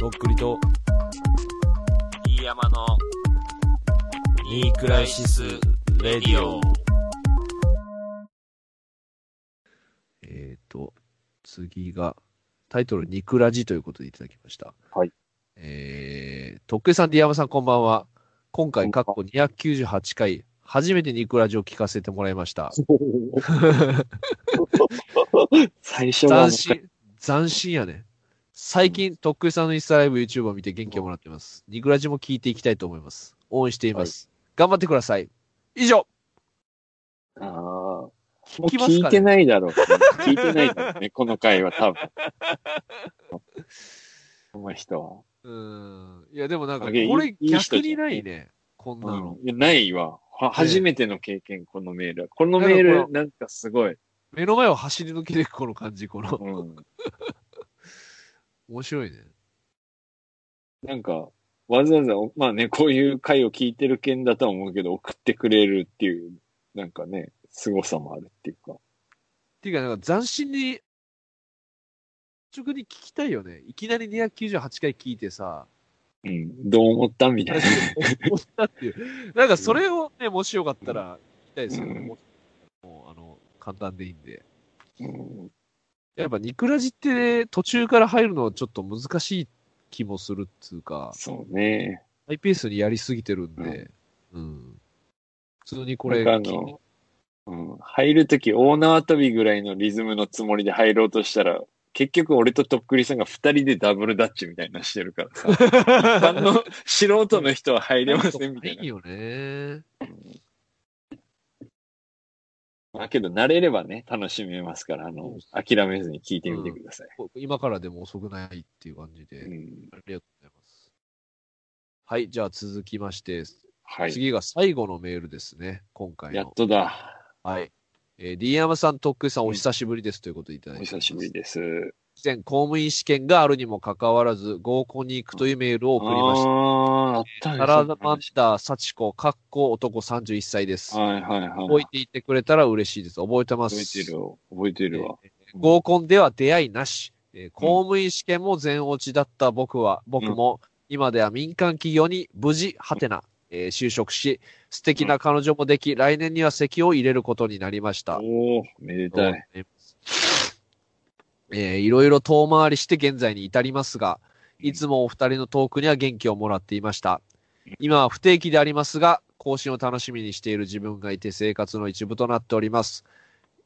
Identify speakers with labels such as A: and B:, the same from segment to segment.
A: とっくりと、
B: 飯山の、ニークライシス・レディオ。
A: えっ、と、次が、タイトル、ニクラジということでいただきました。
C: はい。
A: えー、とっくりさん、ディアムさん、こんばんは。今
C: こ
A: 回、
C: んば
A: 過
C: ん
A: 去298回、初めてニクラジを聞かせてもらいました。
C: 最初は
A: 斬新、斬新やね。最近、とっくりさんのインスタライブ、YouTube を見て元気をもらってます。ニクラジも聞いていきたいと思います。応援しています。頑張ってください。以上
C: ああ、もう
A: 聞きます
C: 聞い
A: か
C: て
A: ね
C: な いだろう。聞いてないだろうね、この回は多分。この人は。
A: うん。いや、でもなんか、
C: あ
A: こ
C: げ
A: れ
C: いいいい
A: 逆
C: 人じ
A: に
C: ゃん
A: ないね。こんなの。
C: いやないわ。は初めての経験、このメールは。この
A: なん
C: メ
A: か
C: ー
A: こ
C: ル、なんかすごい。
A: 目の前を走り抜けていくこの感じ、この。
C: うん、
A: 面白いね。
C: なんか、わざわざ、まあね、こういう回を聞いてる件だとは思うけど、送ってくれるっていう、なんかね、凄さもあるっていうか。
A: っていうか、なんか斬新に、直に聞きたいよね。いきなり298回聞いてさ、
C: うん、どう思ったみたいな。
A: 思ったっていう。 なんかそれをね、もしよかったら聞きたいですよね。
C: うん
A: もうもう、あの、簡単でいいんで。
C: うん
A: やっぱニクラジって、途中から入るのはちょっと難しい気もするっつうか、
C: そうね。
A: ハイペースにやりすぎてるんで、うん。普通にこれ
C: なんか
A: 聞い
C: あの、うん、入るとき大縄跳びぐらいのリズムのつもりで入ろうとしたら、結局俺ととっくりさんが二人でダブルダッチみたいなのしてるからさ。一般の素人の人は入れませんみたい
A: いい
C: な。
A: よね。
C: まあけど慣れればね、楽しめますから、あの、諦めずに聞いてみてください。
A: 今からでも遅くないっていう感じで、
C: うん、
A: ありがとうございます。はい、じゃあ続きまして、
C: はい。
A: 次が最後のメールですね、今回
C: やっ
A: の。
C: とだ。
A: はい。えー、D 山さん、とっくりさん、
C: うん
A: お久しぶりですということでいただ
C: お
A: いて
C: 久しぶり
A: で
C: です。
A: す。以前、公務員試験があるにもかかわらず、合コンに行くというメールを送りました。
C: ああー、あったね
A: サラマンダー幸子、かっこ男31歳です。
C: はいはいはい。
A: 覚えていてくれたら嬉しいです。覚えてます。
C: 覚えてるわ覚えてるわ。
A: えー合コンでは出会いなし、えー公務員試験も全落ちだった僕は、僕も今では民間企業に無事、ハテナ、えー就職し、素敵な彼女もでき、来年には席を入れることになりました。
C: おお、めでたい。
A: えーいろいろ遠回りして現在に至りますが、いつもお二人のトークには元気をもらっていました。今は不定期でありますが、更新を楽しみにしている自分がいて生活の一部となっております。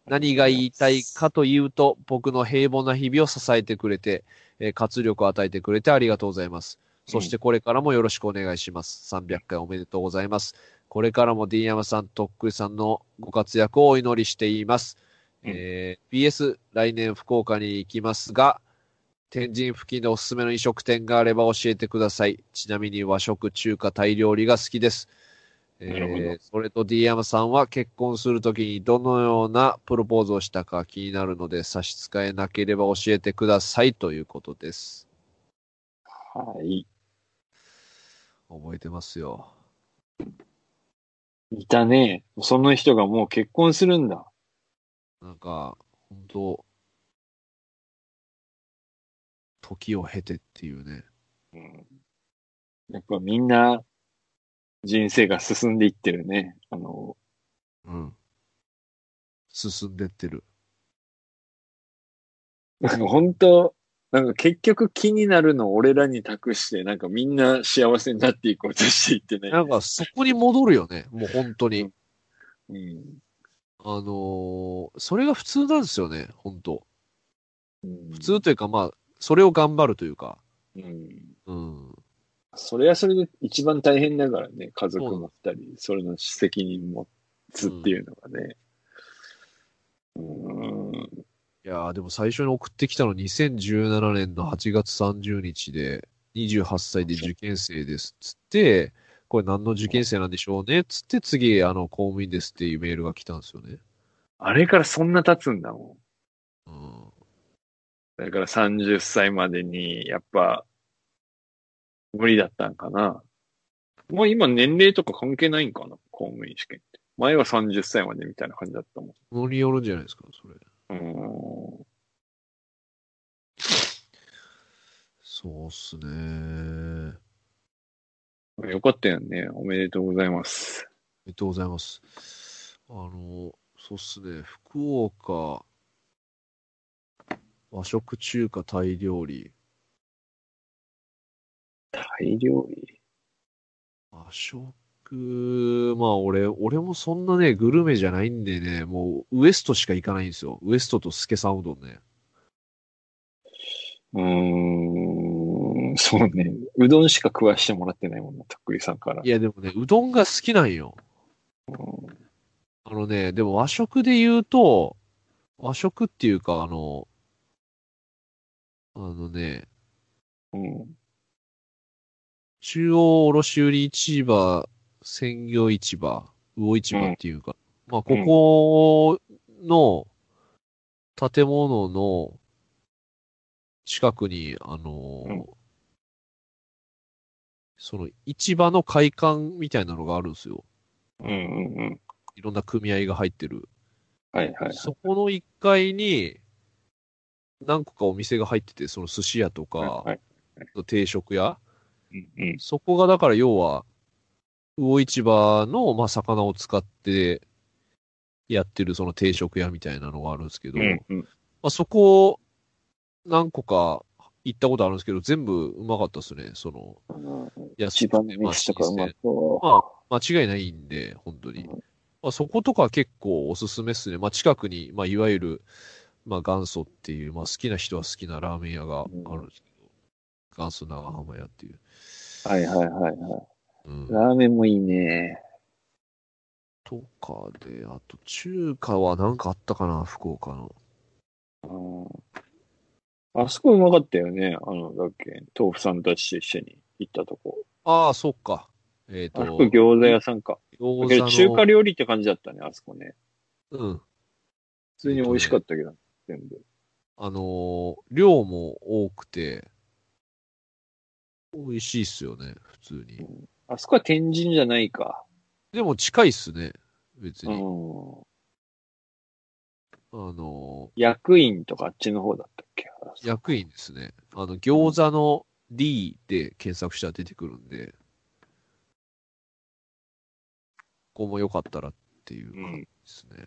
A: 何が言いたいかというと、僕の平凡な日々を支えてくれて、えー活力を与えてくれてありがとうございます。そしてこれからもよろしくお願いします。300回おめでとうございます。これからも D 山さん、とっくりさんのご活躍をお祈りしています。
C: うん
A: えー PS、来年福岡に行きますが、天神付近でおすすめの飲食店があれば教えてください。ちなみに和食、中華、タイ料理が好きです。
C: なるほど
A: えーそれと D 山さんは結婚するときにどのようなプロポーズをしたか気になるので差し支えなければ教えてくださいということです。
C: はい。
A: 覚えてますよ。
C: いたね。その人がもう結婚するんだ。
A: なんか、本当時を経てっていうね。
C: うんやっぱみんな人生が進んでいってるね。あの、
A: うん。進んでってる。
C: なんか本当なんか結局気になるのを俺らに託して、なんかみんな幸せになっていこうとしていってね。
A: なんか、そこに戻るよね。もう本当に。
C: うん。
A: あのーそれが普通なんですよね。本当
C: 普
A: 普通というか、まあ、それを頑張るというか。
C: うん。
A: うん。
C: それはそれで一番大変だからね。家族持ったり、それの責任持つっていうのがね。うん。
A: いやーでも最初に送ってきたの2017年の8月30日で、28歳で受験生ですっつって、これ何の受験生なんでしょうねっつって次、あの、公務員ですっていうメールが来たんですよね。
C: あれからそんな経つんだもん。
A: うん。
C: だから30歳までに、やっぱ、無理だったんかな。もう今年齢とか関係ないんかな公務員試験って。前は30歳までみたいな感じだったも
A: ものによるんじゃないですか、それ。
C: ん。う
A: そうっすね。
C: よかったよね。おめでとうございます。
A: おめでとうございます。あの、そうっすね、福岡、和食中華タイ料理。
C: 大料理。
A: 和食、まあ俺、俺もそんなね、グルメじゃないんでね、もうウエストしか行かないんですよ。ウエストとスケさんうどんね。
C: うーん、そうね。うどんしか食わしてもらってないもんな、たっくりさんから
A: い。やでもね、うどんが好きなんよ。
C: うん
A: あのね、でも和食で言うと、和食っていうか、あの、あのね、
C: うん。
A: 中央卸売市場、鮮魚市場、魚市場っていうか、まあ、
C: う
A: こ
C: ん
A: この建物の近くに、あのー
C: うん
A: その市場の会館みたいなのがあるんですよ。
C: うんうんうん。
A: いろんな組合が入ってる。
C: はいはいはい。
A: そこの1階に何個かお店が入ってて、その寿司屋とか、
C: はい。
A: 定食屋、
C: うんうん。
A: そこがだから要は、魚市場の、まあ、魚を使ってやってるその定食屋みたいなのがあるんですけど、
C: うん
A: ま
C: うん。
A: あ、そこ何個か行ったことあるんですけど、全部うまかったですね、その、安
C: 一
A: くて
C: 番飯とかう
A: まあ
C: まそ
A: まあ、間違いないんで、本当に
C: うん。
A: まあ、そことか結構おすすめっすね。まあ、近くに、まあ、いわゆる、まあ、元祖っていう、まあ、好きな人は好きなラーメン屋があるんですけど、元祖長浜屋っていう。
C: う。はいはいはいは
A: うん
C: い。ラーメンもいいね。
A: とかで、あと中華はなんかあったかな、福岡の。
C: うんあそこうまかったよね。あの、だっけ、豆腐さんたちと一緒に行ったとこ。
A: ああ、そっか。えっ、
C: あ
A: と、
C: そこ餃子屋さんか。だけ
A: 餃子
C: ど
A: の
C: 中華料理って感じだったね、あそこね。
A: うん。
C: 普通に美味しかったけど、全部。
A: あのー量も多くて、美味しいっすよね、普通に。
C: あそこは天神じゃないか。
A: でも近いっすね、別
C: う
A: に。
C: ん。
A: あの
C: 役員とかあっちの方だったっけ。あそ
A: ー役員ですね。あの、餃子の D で検索したら出てくるんで、ここもよかったらっていう感じですね。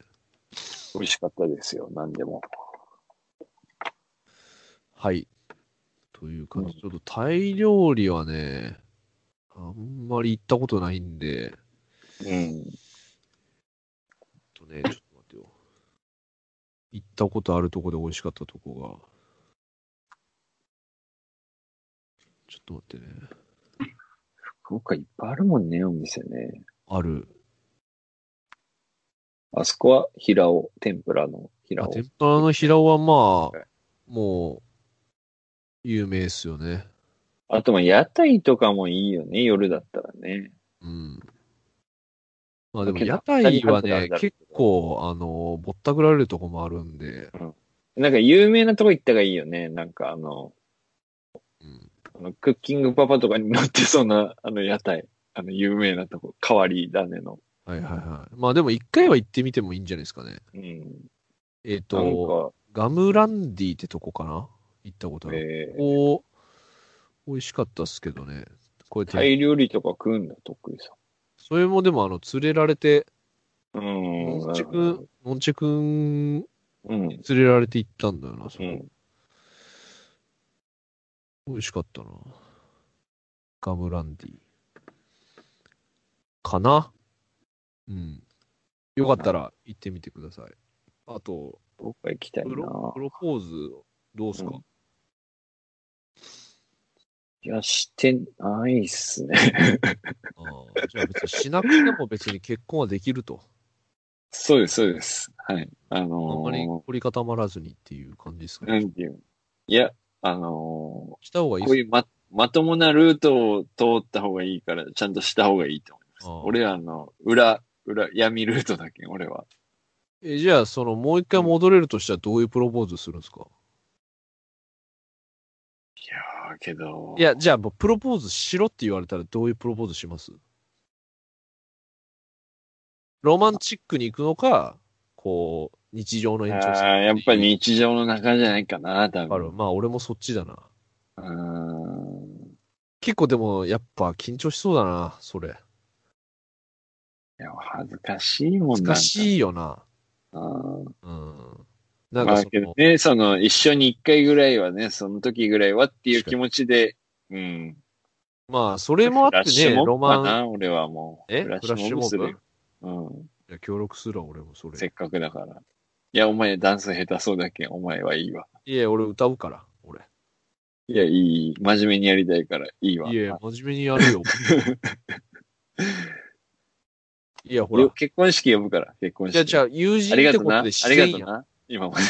C: 美味しかったですよ、何でも。
A: はい。という感じ。
C: うん
A: ちょっとタイ料理はね、あんまり行ったことないんで、
C: うん。
A: ちょっと ね、ちょっと待ってよ。行ったことあるとこで美味しかったとこが。ちょっと待ってね。
C: 福岡いっぱいあるもんね、お店ね。
A: ある。
C: あそこは平尾、天ぷらの平
A: あ、
C: 尾。
A: 天ぷらの平尾はま
C: は
A: あ、もう、有名ですよね。
C: あと、まあ、屋台とかもいいよね、夜だったらね。
A: うん。まあでも
C: けど
A: 屋台は
C: 二人カップルなんだろう
A: ね
C: けど、
A: 結構、あの、ぼったくられるとこもあるんで、
C: なんか有名なとこ行ったがいいよね。なんかあの、
A: うん。
C: あのクッキングパパとかに乗ってそうな、 あの屋台。あの、有名なとこ。変わり種の。
A: はいはいはい。まあでも一回は行ってみてもいいんじゃないですかね。
C: うん。
A: えっ、
C: なん
A: と、ガムランディってとこかな行ったことあ
C: か、
A: る。
C: えー
A: ここ、美味しかったっすけどね。こうやって、
C: タイ料理とか食うんだ、とっくりさ
A: それもでもあの、連れられて、
C: ん。うん。
A: のんちくん、のんちくんに
C: うん。
A: 連れられて行ったんだよな、そこ
C: うん。
A: 美味しかったな。ガムランディ。かなうん。よかったら行ってみてください。あと、
C: どっか行きたいな
A: プロプロポーズどうすか、
C: うんいや、してないっすね。
A: ああじゃあ別にしなくても別に結婚はできると。
C: そうです、そうです。はい。あの
A: あんまり
C: ー、
A: 凝り固まらずにっていう感じですか
C: な
A: ね。
C: んていうのいや、あのー、
A: した方がいい
C: こう
A: で
C: いうま、まともなルートを通った方がいいから、ちゃんとした方がいいと思います
A: す。か
C: 俺はあの、裏、裏、闇ルートだけ、俺は。
A: えじゃあ、その、もう一回戻れるとしたらどういうプロポーズするんですか
C: いやー、けど。
A: い、や、じゃあ、もうプロポーズしろって言われたらどういうプロポーズしますロマンチックに行くのか、こう、日常の延長
C: やっぱり。日常の中じゃないかな、多
A: わかる。
C: 分。
A: まあ、俺もそっちだな。
C: うーん。
A: 結構でも、やっぱ緊張しそうだな、それ。
C: いや、恥ずかしいもん
A: 難
C: い。
A: しいよな。
C: う
A: う
C: ん
A: ん。なん
C: ま
A: か
C: あ
A: そ
C: けど
A: の、
C: ね、その、一緒に一回ぐらいはね、その時ぐらいはっていう気持ちで、うん。
A: まあ、それもあっ
C: フラッ
A: て
C: シュ
A: ね、
C: モ
A: ロ
C: ブか
A: マン、
C: な、俺はもう。
A: え
C: フラッシュモブするよ。
A: いや協力するわ、俺もそ
C: うん。せっ
A: れ。
C: かくだから。いや、お前ダンス下手そうだけん、お前はいいわ。
A: いや、俺歌うから、俺。
C: いや、いいいい、真面目にやりたいから、いいわ。
A: いや、真面目にや るよ。いや、ほら
C: よ。結婚式呼ぶから、結婚式。
A: じゃあ、じゃあ、友人
C: あ
A: っ
C: りが
A: て
C: とう
A: こ
C: な。
A: と
C: あ
A: で
C: り
A: 自然
C: がと
A: や。
C: うんな。今まで。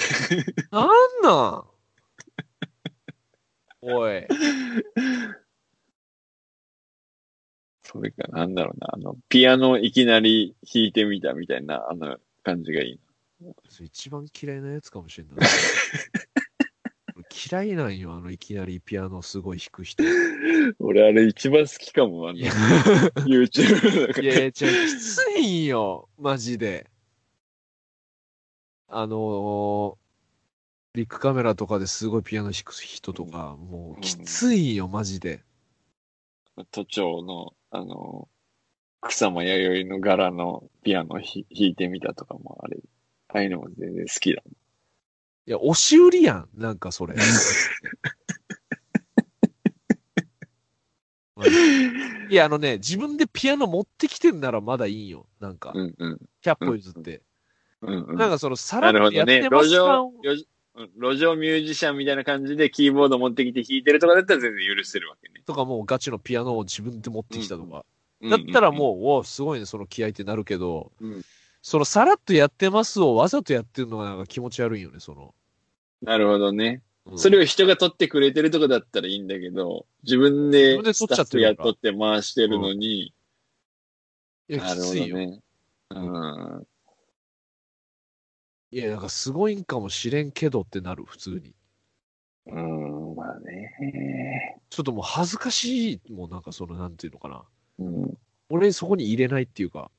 A: なんなんおい。
C: それか、なんだろうな。あの、ピアノいきなり弾いてみたみたいな、あの、感じがいい
A: それ一番嫌いなやつかもし れない。俺嫌いなんよ、あの、いきなりピアノすごい弾く人。い
C: な。俺、あれ一番好きかも、あの、
A: や、い
C: YouTube だか
A: や、じゃあきついんよ、マジで。あのー、ビッグカメラとかですごいピアノ弾く人とか、もうきついんよ、マジで。
C: ら、都庁の、あの、草間弥生の柄のピアノひ弾いてみたとかも、あれ、ああいうのも全然好きだ。
A: いや、押し売りやん、なんか それ。マジ でいや、あのね、自分でピアノ持ってきてんならまだいいんよ、なんか。
C: うんうん。
A: 100歩譲って。
C: うんうん。
A: なんかその、さら
C: なる
A: っ
C: ほ
A: とや
C: ど
A: っ
C: ね。
A: てま
C: 路
A: すか
C: 上、路路上ミュージシャンみたいな感じでキーボード持ってきて弾いてるとかだったら全然許せるわけね。
A: とかもうガチのピアノを自分で持ってきたとか。だった
C: うんうん
A: ら
C: うん
A: もう、おうすごいね、その気合ってなるけど、
C: うん
A: そのさらっとやってますをわざとやってるのがなんか気持ち悪いよね、その。
C: なるほどね。
A: うん
C: それを人が撮ってくれてるとかだったらいいんだけど、自分
A: 自
C: で
A: 分で撮
C: ス
A: っち
C: タ
A: ゃっ
C: ッ
A: て
C: フ
A: る
C: や
A: から
C: 撮って回してるのに、
A: いや、
C: な
A: き
C: るほど
A: ついよ。
C: ね。うん。
A: いや、なんかすごいんかもしれんけどってなる、普通に。
C: うん、まあね。
A: ちょっともう恥ずかしい、もうなんかその、なんていうのかな。
C: うん。
A: 俺そこに入れないっていうか、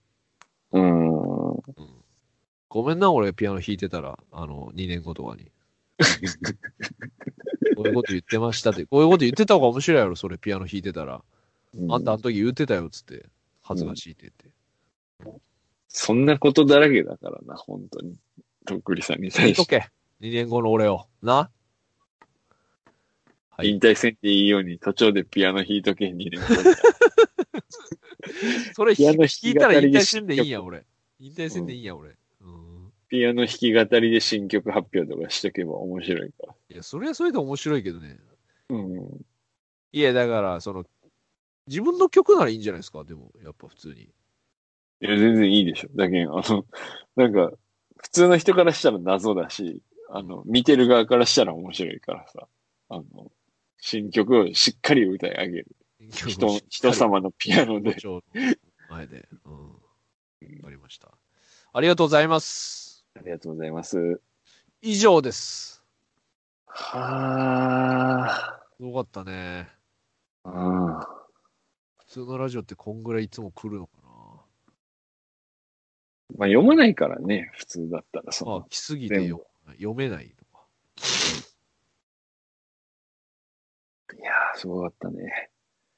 C: うん。
A: ごめんな、俺ピアノ弾いてたら、あの、2年後とかに。 こういうこと言ってましたって、こういうこと言ってた方が面白いやろ、それピアノ弾いてたら。あんたあの時言ってたよ、つって。恥ずかしいって言って。
C: そんなことだらけだからな、本当に。とっくりさんに
A: 聞
C: 対
A: いと
C: して。
A: け。2年後の俺を。なはい
C: 引退せんっていいように、途中でピアノ弾いとけにね。
A: それ
C: ピア
A: 弾
C: ノ弾
A: 聞
C: き
A: い
C: 語
A: たら引
C: り
A: 退
C: で
A: せ
C: 新
A: んでいいんや、
C: 曲、
A: 俺。引退せんでいいんや、俺。うん。
C: ピアノ弾き語りで新曲発表とかしとけば面白いか
A: いや、それはそれで面白いけどね。
C: ら。うん。
A: いや、だから、その、自分の曲ならいいんじゃないですか、でも、やっぱ普通に。
C: いや、全然いいでしょ。だけど、あの、 なんか、普通の人からしたら謎だし、あの、見てる側からしたら面白いからさ、あの、新曲をしっかり歌い上げる。人、 人様のピアノで。
A: ちょうど前で。うん。わかりました。ありがとうございます。
C: ありがとうございます。
A: 以上です。
C: は
A: すごかったね。
C: あ。うん。
A: 普通のラジオってこんぐらいいつも来るのか
C: まあ、読まないからね、普通だったら、そ
A: な。まあ
C: の、、
A: 来すぎて読読めないとか。
C: いやー、すごかったね。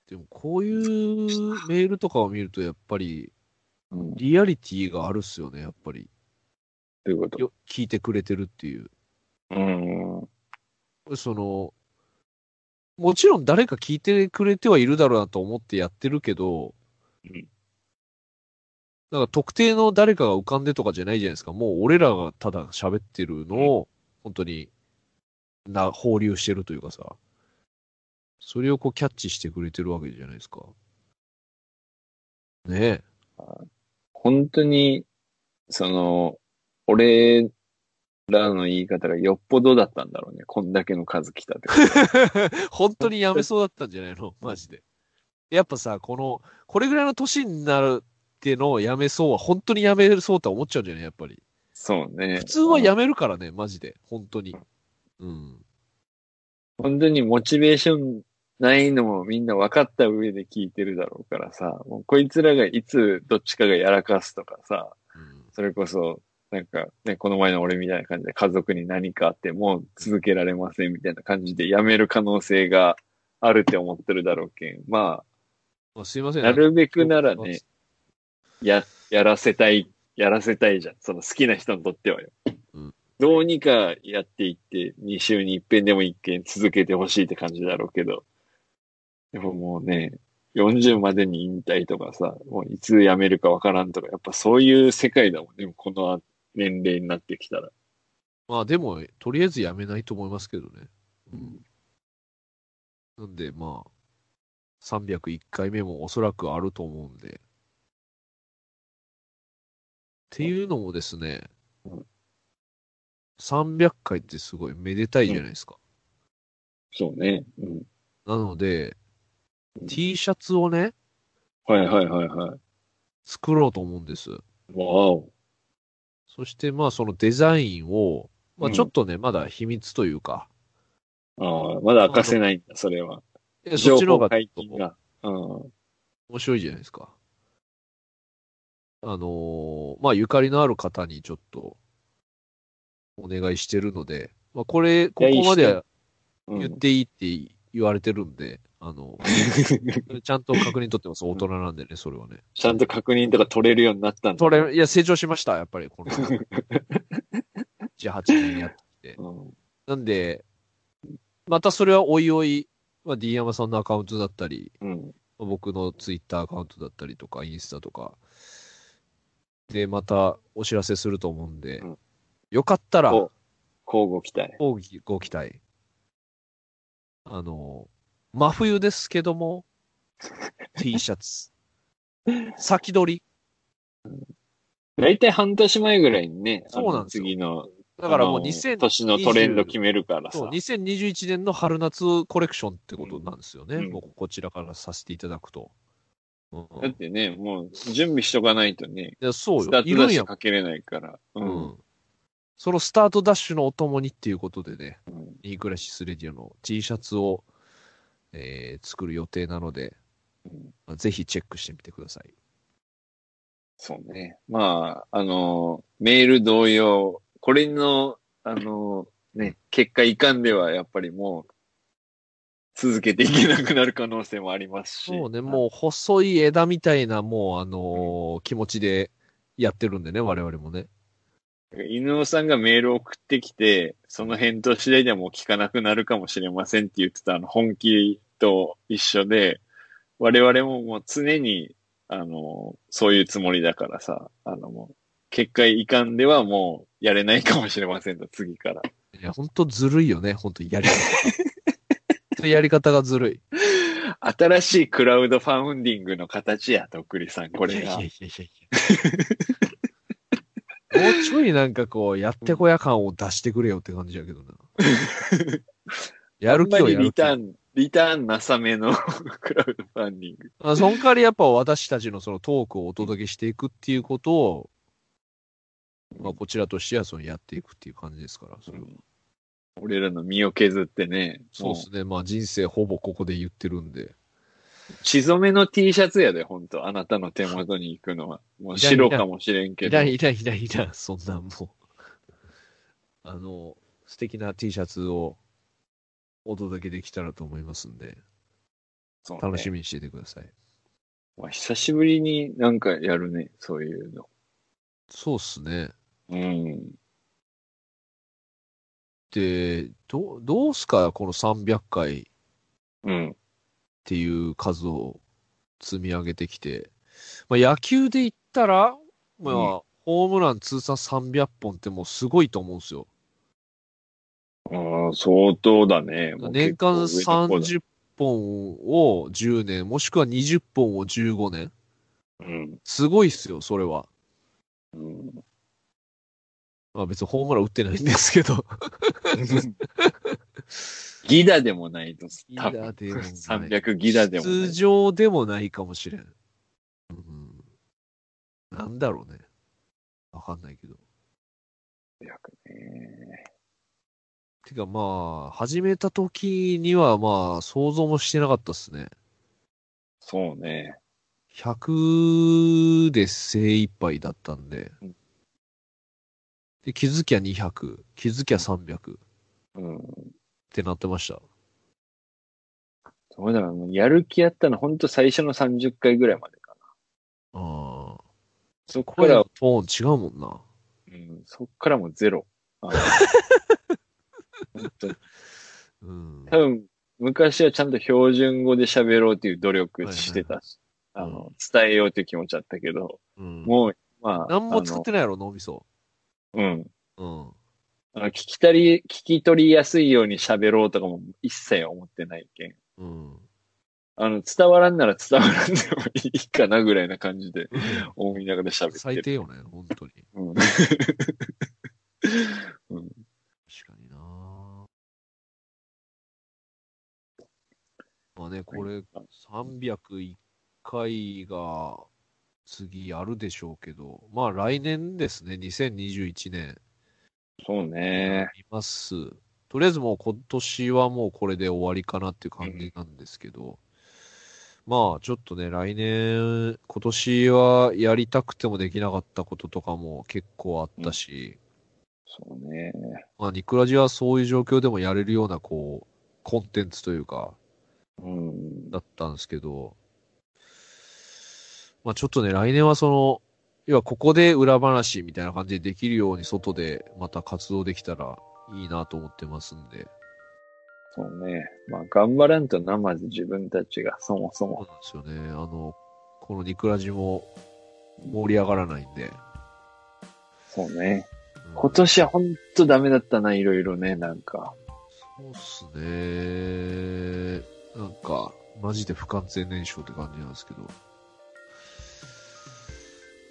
A: でも、こういうメールとかを見ると、やっぱり、
C: うん。ど
A: リアリティがあるっすよね、やっぱり。
C: ういうこと
A: よ聞いてくれてるっていう。
C: うん。
A: その、もちろん誰か聞いてくれてはいるだろうなと思ってやってるけど、
C: うん
A: なんか特定の誰かが浮かんでとかじゃないじゃないですか。もう俺らがただ喋ってるのを、本当に、な、放流してるというかさ、それをこうキャッチしてくれてるわけじゃないですか。ねえ。
C: 本当に、その、俺らの言い方がよっぽどだったんだろうね。こんだけの数来たってこと。
A: 本当にやめそうだったんじゃない のマジで。やっぱさ、この、これぐらいの年になるってのをやめそうは、本当にやめそうとは思っちゃうんじゃないやっぱり。
C: そうね。
A: 普通はやめるからね、マジで。本当に。うん。
C: 本当にモチベーションないのもみんな分かった上で聞いてるだろうからさ、もうこいつらがいつどっちかがやらかすとかさ、
A: うん
C: それこそ、なんかね、この前の俺みたいな感じで家族に何かあってもう続けられませんみたいな感じでやめる可能性があるって思ってるだろうけん。ま
A: あすいませ
C: あ、
A: ん。
C: なるべくなら
A: そうで
C: ね
A: す、
C: や、やらせたい、やらせたいじゃん。その好きな人にとってはよ。
A: うん
C: どうにかやっていって、2週に一遍でも一件続けてほしいって感じだろうけど。でももうね、40までに引退とかさ、もういつ辞めるかわからんとか、やっぱそういう世界だもんね、この年齢になってきたら。
A: まあでも、とりあえずやめないと思いますけどね。うん。なんで、まあ、301回目もおそらくあると思うんで。っていうのもですね
C: うん、
A: 300回ってすごいめでたいじゃないですか。
C: そうね。うん。
A: なので
C: う、ん
A: T シャツをね、
C: はいはいはいはい。わ
A: 作ろうと思うんです。
C: お。
A: そして、まあ、そのデザインを、まあ、
C: うん
A: ちょっとね、まだ秘密というか、
C: ああ、まだ明かせないんだ、それは。
A: いやそっちの方が
C: 解
A: ちょっ
C: 禁
A: と
C: が。うん。
A: 面白いじゃないですか。あのーまあ、ゆかりのある方にちょっと、お願いしてるので、まあ、これ、ここまでは
C: う
A: 言っ
C: ん、
A: ていいって言われてるんで、あの、 ちゃんと確認取ってます。大人なんでね、それはね。
C: ちゃんと確認とか取れるようになったんだ。
A: 取れ、いや、成長しました、やっぱり、 この、18年やってきて。
C: うん。
A: なんで、またそれはおいおい、まあ、D 山さんのアカウントだったり、
C: うん。
A: 僕のツイッターアカウントだったりとか、インスタとか、で、またお知らせすると思うんで、
C: うん
A: よかったら、
C: お交互期待。
A: ご期ご期待。あの、真冬ですけど も、T シャツ。先取り。
C: だいたい半年前ぐらいにね、あの
A: そうなんですよ
C: 次の、
A: だからも
C: あ
A: う
C: の
A: 2020
C: 年のトレンド決めるから
A: そう
C: さ。
A: 2021年の春夏コレクションってことなんですよね。
C: うん
A: もうこちらからさせていただくと。うん
C: だってね、もう準備しとかないとね、
A: いやそう
C: スタ
A: よ。
C: ー
A: い
C: トダ
A: る
C: ッ
A: ん
C: シ
A: や
C: ュかけれないから。う。
A: うんん。そのスタートダッシュのお供にっていうことでね、
C: うん
A: ニークラシスレディオの T シャツを、えー作る予定なので、
C: うん
A: まあぜひチェックしてみてください。
C: そうね。まあ、あの、メール同様、これの、あの、ね、結果いかんでは、やっぱりもう、続けていけなくなる可能性もありますし。
A: そうね、もう細い枝みたいな、もう、あのー気持ちでやってるんでね、我々もね。
C: 犬尾さんがメールを送ってきて、その返答次第ではもう聞かなくなるかもしれませんって言ってたあの本気と一緒で、我々ももう常に、あの、そういうつもりだからさ、あのもう、結果いかんではもうやれないかもしれませんと、次から。
A: いや、ほんとずるいよね、ほんとや り方。ほんとやり方がずるい。
C: 新しいクラウドファウンディングの形や、とっくりさん、これ
A: いやい
C: が
A: や。いやいやいやもうちょいなんかこう、やってこや感を出してくれよって感じやけ どな。やる気
C: あん
A: を
C: まり
A: やる
C: リ
A: 気
C: ターン、リターンなさめの クラウドファンディング。
A: あその代わりやっぱ私たちのそのトークをお届けしていくっていうことを、まあ、こちらとしてはそのやっていくっていう感じですから、それは。
C: 俺らの身を削ってね、
A: そうですね。まあ人生ほぼここで言ってるんで。
C: 血染めの T シャツやで、ほんと。あなたの手元に行くのは。もう白かもしれんけ
A: い
C: ど。
A: らんいらんいらんいらん、そんなんもう。あの、素敵な T シャツをお届けできたらと思いますんで、
C: そうね
A: 楽しみにしててください。
C: まあ久しぶりになんかやるね、そういうの。
A: そうっすね。
C: うん。
A: で、どう、どうすか、この300回っ
C: うん。
A: ていう数を積み上げてきて。まあ野球で言ったら、まあ、
C: う
A: ホームラン通算300本ってもうすごいと思うんですよ。
C: ああ、相当だね。もう
A: 年間
C: 結構上の方だ。
A: 30本を10年、もしくは20本を15年。
C: うん。
A: すごいっすよ、それは。
C: うん。
A: まあ別にホームラン打ってないんですけど。
C: ギダでもないと、
A: ギ
C: 多
A: ダ
C: 分。
A: でもない
C: 300ギダでもな
A: 通
C: い。
A: 常でもないかもしれん。うん。なんだろうね。わかんないけど。てかまあ、始めた時にはまあ、想像もしてなかったっすね。
C: そうね。
A: 100で精一杯だったんで
C: うん。
A: で、気づきゃ200、気づきゃ300っ
C: うん。
A: てなってました。
C: そうだな、もうやる気あったの、ほんと最初の30回ぐらいまでかな。
A: ああ。
C: そっか
A: 声
C: ら
A: の、トーン違うもんな。
C: うん、そっからもうゼロ。あのほんと
A: うん。
C: 多分、昔はちゃんと標準語で喋ろうっていう努力してたし、
A: はいはい
C: あの、伝えようという気持ちだったけど、
A: うん、
C: もう、まあ、
A: 何も作っててないやろ、脳みそ。
C: うん。
A: うん。
C: あの聞きたり、聞き取りやすいように喋ろうとかも一切思ってないけん。
A: うん。
C: あの、伝わらんなら伝わらんでもいいかなぐらいな感じで思いながら喋って
A: 最
C: る。
A: 低よね、本当に。
C: うん。うん
A: 確かになまあね、これ、301回が次やるでしょうけど、まあ来年ですね、2021年
C: そうね
A: あ。ります。とりあえずもう今年はもうこれで終わりかなっていう感じなんですけど、まあちょっとね、来年、今年はやりたくてもできなかったこととかも結構あったし、
C: そうね。
A: まあ、ニクラジはそういう状況でもやれるような、こう、コンテンツというか、
C: うん。
A: だったんですけど、まあ、ちょっとね、来年はその、要はここで裏話みたいな感じでできるように、外でまた活動できたらいいなと思ってますんで、
C: そうね。まあ、頑張らんとな、まず自分たちが、そもそ
A: そ
C: も
A: う。なんですよね。あの、このニクラジも盛り上がらないんで。
C: そうね。
A: うん
C: 今年はほんとダメだったな、いろいろね、なんか。
A: そうっすね。なんか、マジで不完全燃焼って感じなんですけど。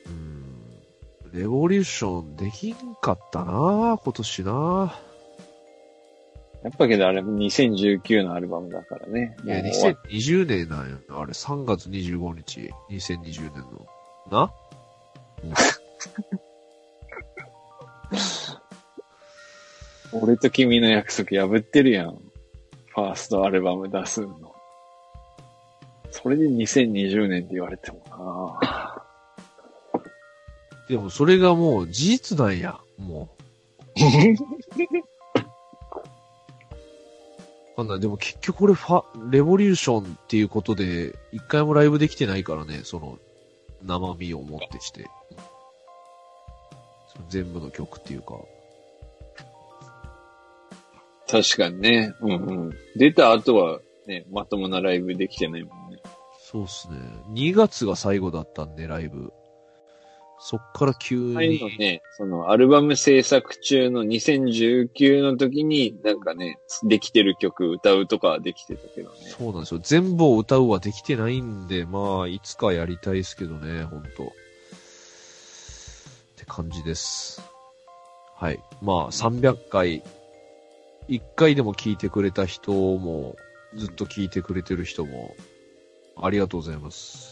A: うーん。レボリューションできんかったな今年な
C: やっぱけどあれ、2019のアルバムだからね。
A: いや、
C: もう終わっ
A: 2020年なんよ。あれ、3月25日。2020年の。な
C: 俺と君の約束破ってるやん。ファーストアルバム出すの。それで2020年って言われてもな
A: でも、それがもう事実なんや。もう。わかんない。でも結局俺ファ、レボリューションっていうことで、一回もライブできてないからね、その、生身をもってして。その全部の曲っていうか。
C: 確かにね。うんうん。出た後は、ね、まともなライブできてないもんね。
A: そうっすね。2月が最後だったんで、ライブ。そっから急に。
C: 前のね、そのアルバム制作中の2019の時に、なんかね、できてる曲歌うとかはできてたけどね。
A: そうなんですよ。全部を歌うはできてないんで、まあ、いつかやりたいですけどね、ほんと。って感じです。はい。まあ、300回、1回でも聞いてくれた人も、ずっと聞いてくれてる人も、ありがとうございます。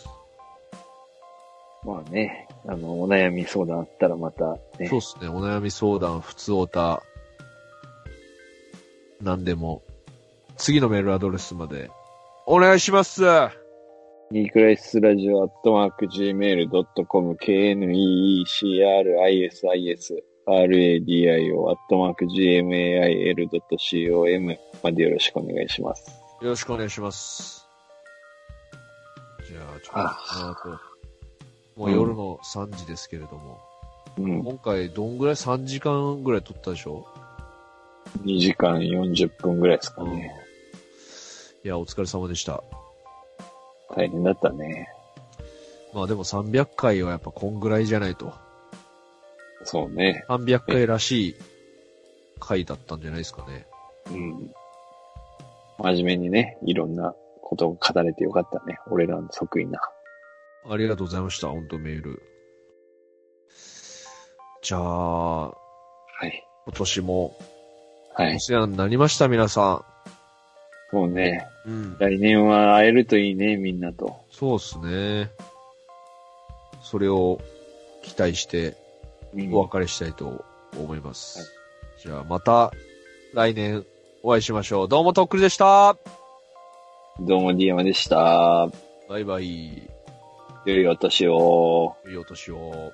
C: まあね、あの、お悩み相談あったらまたね
A: そうですね。お悩み相談、普通おた、なんでも、次のメールアドレスまで、お願いします
C: ニークライスラジオアットマーク Gmail.com KNEECRISIS RADIO アットマーク GMAIL.com までよろしくお願いします。
A: よろしくお願いします。じゃあ、ちょっとこの後、もう夜の3時ですけれども、
C: うん。
A: 今回どんぐらい3時間ぐらい撮ったでしょ
C: 2時間40分ぐらいですかね。
A: いや、お疲れ様でした。
C: 大変だったね。
A: まあでも300回はやっぱこんぐらいじゃないと。
C: そうね。
A: 300回らしい回だったんじゃないですかね。
C: うん。真面目にね、いろんなことを語れてよかったね。俺らの即位な。
A: ありがとうございました、本当メール。じゃあ、
C: はい。
A: 今年も
C: は
A: お
C: い。
A: 世話になりました、皆さ
C: そうね。
A: ん。うん。
C: 来年は会えるといいね、みんなと。
A: そうですね。それを期待して
C: うん
A: お別れしたいと思います。じゃあまた来年お会いしましょう。どうもとっくりでした。
C: どうも、ディアマでした。
A: バイバイ。
C: 良いお年を。
A: いいお年を。